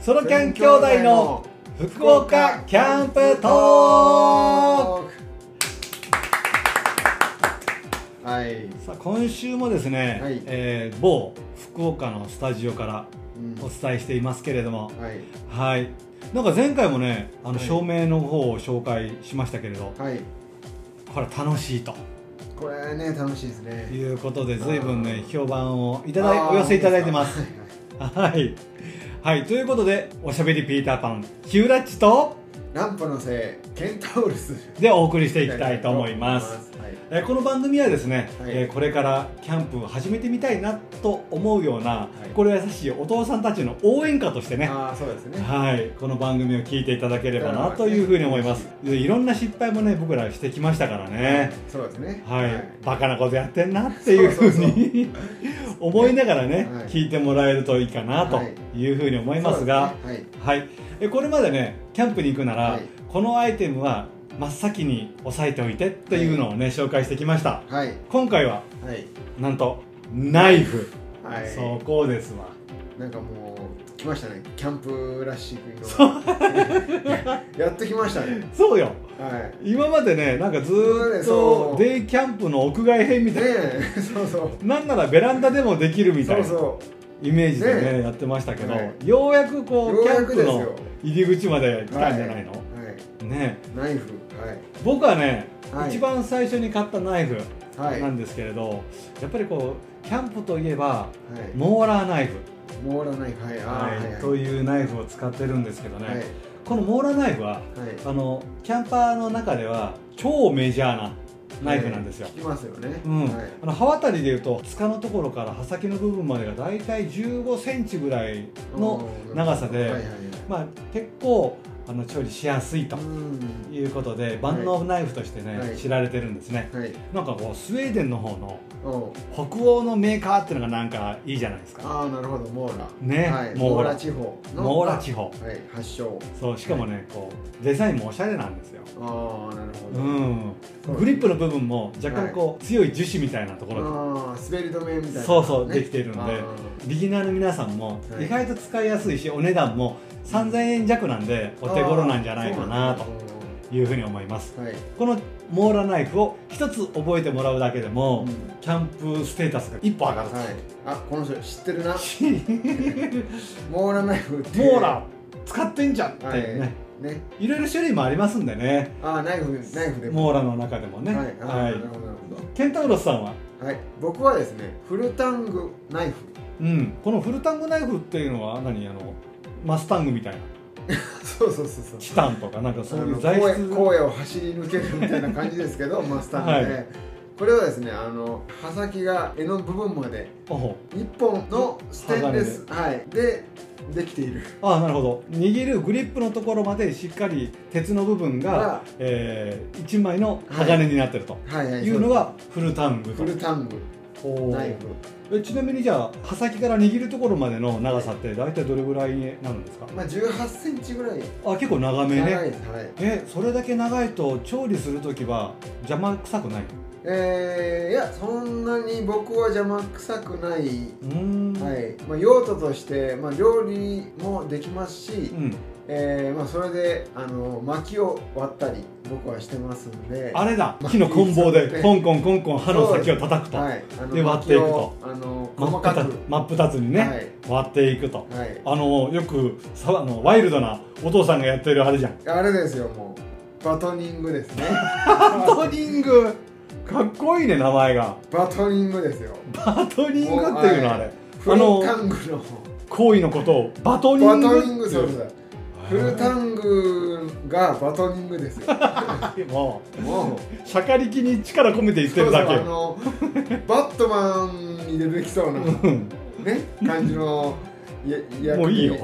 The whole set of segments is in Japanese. ソロキャン兄弟の福岡キャンプトークはい、さあ今週もですね、はいえー某福岡のスタジオからうんお伝えしていますけれども、はいはいなんか前回もねあのはい照明の方を紹介しましたけれど、はいこれ楽しいとこれね楽しいですねいうことで随分ねあー評判をいいただいお寄せいただいてますはいはいということでおしゃべりピーターパンヒューラッチとランプのせいケンタウルスでお送りしていきたいと思いますはいえーこの番組はですね、はいえーこれからキャンプを始めてみたいなと思うような、いこれ優しいお父さんたちの応援歌としてねああそうですねはいこの番組を聞いていただければなというふうに思いますでいろんな失敗もね僕らしてきましたからね、そうですねはいバカなことやってんなっていうふうに 思いながらね、はい聞いてもらえるといいかなとはいいうふうに思いますが、そうですねはいえこれまでねキャンプに行くなら、はいこのアイテムは真っ先に押さえておいてっていうのをね紹介してきましたはい今回ははいなんとナイフ、はいはいそこですわなんかもう来ましたねキャンプらしいのが やっと来ましたねそうよはい今までねなんかずーっそとうデイキャンプの屋外編みたいな、ねえそうそうなんならベランダでもできるみそたいうなそイメージでねねやってましたけど、はいようやくこううようキャやンくプですのよ入り口まで来たんじゃないの、はいねナイフはい僕はね、はい一番最初に買ったナイフはいなんですけれど、やっぱりこうキャンプといえばはいモーラーナイフ、モーラーナイフはいあーはいというナイフを使ってるんですけどね、はいこのモーラーナイフははいあのキャンパーの中では超メジャーなナイフなんですよ、聞きますよねうんはいあの刃渡りでいうと柄のところから刃先の部分までが大体1 5ンチぐらいの、長さではいはいはいまあ、結構あの調理しやすいとうんいうことで万能ナイフとしてね、はい知られてるんですねはいなんかこうスウェーデンの方のおう北欧のメーカーっていうのがなんかいいじゃないですかああなるほどモーラねはいモモーーララ地方のモーラ地方はい発祥そうしかもね、こうデザインもおしゃれなんですよああなるほうどんグリップの部分も若干こう、強い樹脂みたいなところでああ滑り止めみたいなそうそうねできているのであビギナーの皆さんもはい意外と使いやすいし、お値段も3000円弱なんでーお手頃なんじゃないそかなとうなんだいうふうに思いますうんはいこのモーラナイフを一つ覚えてもらうだけでも、うんキャンプステータスが一歩上がると、はいあこの人知ってるなモーラナイフっていう モーラ使ってんじゃんってはいいうね、ねい、ろいろ種類もありますんでねああナイフナイフでモーラの中でもね、はいあーはないるほどなるほどケンタウロスさんは、はい、僕はですねフルタングナイフ うん、このフルタングナイフっていうのは何あのマスタングみたいなそうそうそうそうチタンとかなんかそういう材あの質荒野荒野を走り抜けるみたいな感じですけどマスターで、はこれはですねあの刃先が柄の部分までおほ1本のステンレス、はい、でできているああなるほど握るグリップのところまでしっかり鉄の部分がが、え1枚の鋼になってるとはいはいいうのがフルタングフとルタングおーナイフえちなみにじゃあ刃先から握るところまでの長さって大体どれぐらいになるんですかまあ1 8ンチぐらいあ結構長め長ねいです、はいえそれだけ長いと調理する時は邪魔臭くないうえー、いやそんなに僕は邪魔くさくない、ーんはいまあ、用途として、まあ、料理もできますし、うん、えーまあ、それであの薪を割ったり僕はしてますんであれだ木の棍棒でコンコンコンコン刃の先を叩くと、はい、あので割っていくと薪をあの真細っか二くつ真っ二つにね、割っていくとはい、はい、あのよくさあのワイルドなお父さんがやってるあれじゃんあれですよもうバトニング ですねバトニングかっこいいね名前がバトニングですよバトニングっていうのあれフルタングの行為のことをバトニンバグトってニいングそうだフルタングがバトニングですよングももううしゃかりきに力込めて言ってるだそけうそうあのバットマンに出てきそう なねうん感じのや役にもうい いよ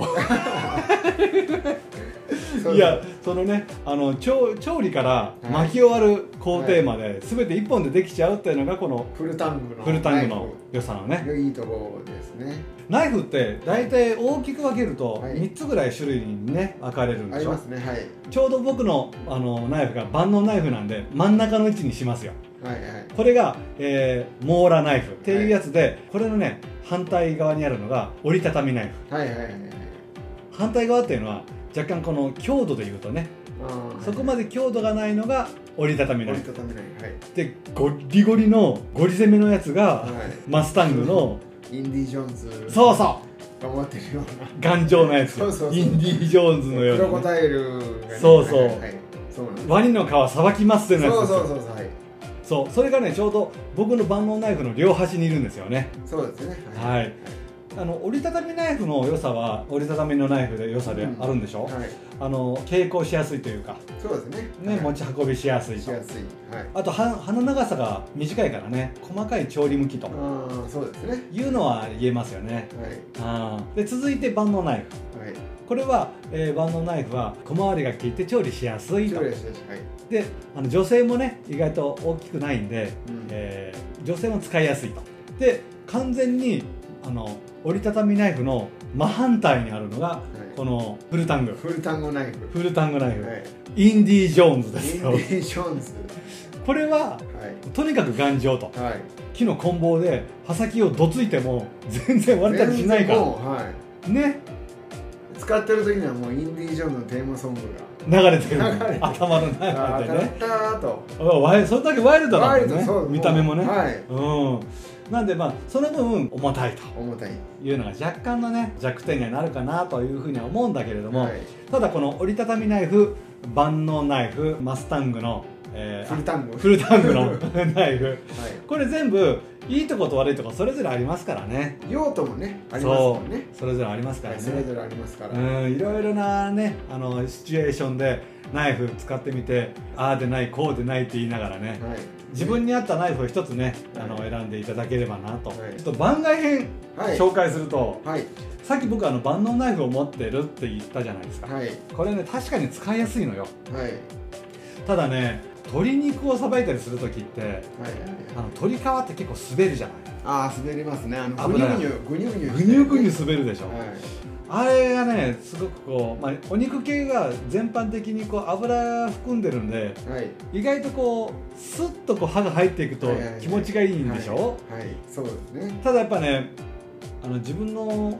そういやそのねあの調調理から巻き終わる工程まで全て一本でできちゃうっていうのがこのフルタングのフルタングの良さのねナイフいいところですねナイフって大体大きく分けるとはい3つぐらい種類にね分かれるんあでりしょますねはいちょうど僕のあのナイフが万能ナイフなんで真ん中の位置にしますよはいはいこれが、えーモーラナイフっていうやつで、これのね反対側にあるのが折りたたみナイフはいはいはいはい反対側っていうのは若干この強度でいうとねそこまでで強度がないのが折りたたみの折やりつたためないはいでゴリゴリのゴリ攻めのやつがはマスタングのいインディ・ジョーンズそうそう頑張ってるようなう頑丈なやつそうそうそうインディ・ジョーンズのよクロうコな、ね、ダイルがねそうそうはいはいはいそうなんですワニの皮さばきますってやつそでうすそうそうそうはいそうそれがねちょうど僕の万能ナイフの両端にいるんですよねそうですねはいあの折りたたみナイフの良さは折りたたみのナイフで良さであるんでしょ、はいあの傾向しやすいというか、そうですねねはい持ち運びしやすいしとやすいはいあとは刃の長さが短いからね細かい調理向きとああそうですねいうのは言えますよねはいあーで続いて万能ナイフはいこれは、えー万能ナイフは小回りが効いて調理しやすい一と応ですねはいであの女性もね意外と大きくないんで、うんえー女性も使いやすいとで完全にあの折りたたみナイフの真反対にあるのがこのフルタングフルタンゴナイフフルタングナイフ、はいインディ・ジョーンズでイすンデよィ・ジョーンズこれははいとにかく頑丈とはい木の棍棒で刃先をどついても全然割れたりしないか全然らもうはいね使ってる時にはもうインディ・ジョーンズのテーマソング流れてくる流れてる頭のがああ中で当たっねたーとワイそれだけワイルドなワイんルだドねそう見た目もねはいうんなんでまあその分重たいと重たいいうのが若干のね弱点にはなるかなというふうには思うんだけれども、はいただこの折りたたみナイフ万能ナイフマスタングの、えーフルタンゴフルタングの ナイフはいこれ全部いいとこと悪いとこそれぞれありますからね用途もねありますもんねそうそれぞれありますからはいね、それぞれありますから、うんいろいろなねあのシチュエーションでナイフ使ってみてああでないこうでないって言いながらねはい自分に合ったナイフを一つねあのはい選んでいただければなと、はいちょっと番外編はい紹介すると、はいさっき僕あの万能ナイフを持ってるって言ったじゃないですか、はいこれね確かに使いやすいのよはいはいただね鶏肉をさばいたりする時ってあの鶏皮って結構滑るじゃないああ滑りますねあの危ぐにゅないぐにゅぐにゅぐにゅぐにゅぐにゅ滑るでしょ、はいあれがねすごくこう、まあ、お肉系が全般的にこう油含んでるんではい意外とこうスッとこう歯が入っていくとはいはいはい気持ちがいいんでしょ、はい、はいそうですねただやっぱねあの自分の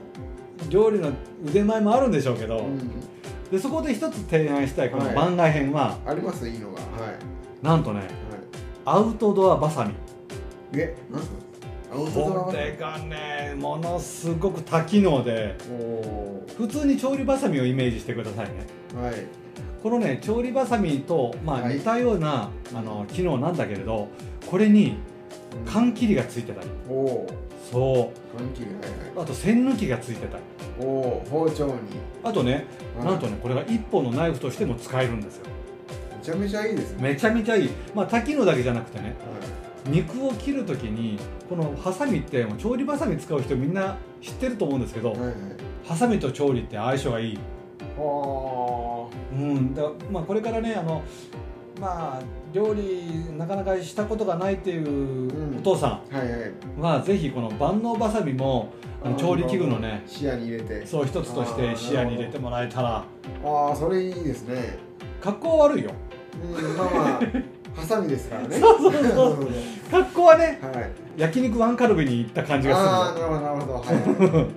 料理の腕前もあるんでしょうけど、うんでそこで一つ提案したいこのはい番外編は、ありますいいのがはいはいなんとねアウトドアバサミえなんかアウトドこアれがねものすごく多機能でおお普通に調理バサミをイメージしてくださいねーはいこのね調理バサミと、まあ、はい似たような、あの機能なんだけれどこれに缶切りがついてたりおおーそ缶切りはいうはあいと栓抜きがついてたりおおー包丁にあとねはいなんとねこれが一本のナイフとしても使えるんですよめちゃめちゃいいですねめちゃめちゃいいまあ多機能だけじゃなくてねはい肉を切る時にこのハサミってもう調理バサミ使う人みんな知ってると思うんですけど、はいはいハサミと調理って相性がいい、はうんだまあ、これからねあの、まあ、料理なかなかしたことがないっていうお父さあはいはいんは、ぜひこの万能バサミもあの調理器具のね視野に入れてそう一つとして視野に入れてもらえたらああそれいいですね格好悪いようんまあま あハサミですからねそうそうそう 格好はねはい焼肉ワンカルビに行った感じああがなるほどなるほどはいする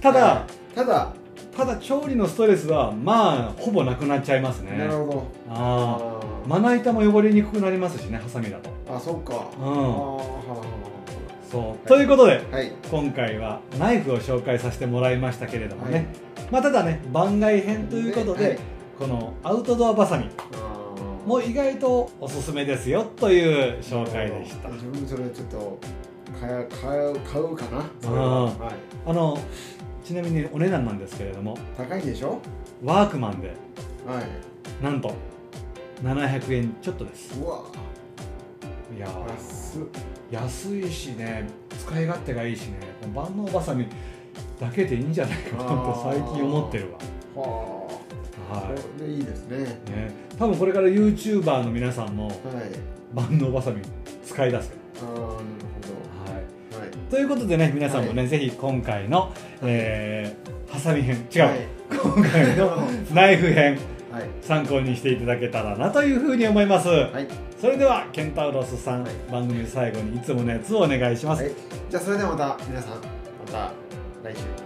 ただはいただ、ただ調理のストレスはまあほぼなくなっちゃいますねなるほどあーあーまな板も汚れにくくなりますしねハサミだとあそっかうんあーはそう、ということであはい今回はナイフを紹介させてもらいましたけれどもね、まあただね番外編ということで、はいこのアウトドアバサミあーも意外とおすすめですよという紹介でした自分それちょっと買え買う買うかなそれはうんはいあのちなみにお値段なんですけれども高いでしょワークマンではいなんと700円ちょっとですうわいやー安っ安いしね使い勝手がいいしねこの万能バサミだけでいいんじゃないかなとあー最近思ってるはあわはこれでいいですねい、ね、多分これから YouTuber の皆さんもはい万能バサミ使い出すよああなるほはい、どはいということでね皆さんもね、ぜひ今回の、えーハサミ編違う、はい今 回のナイフ編はい参考にしていただけたらなというふうに思います、はいそれではケンタウロスさん、はい番組最後にいつものやつをお願いします、はいじゃあそれではまた皆さんまた来週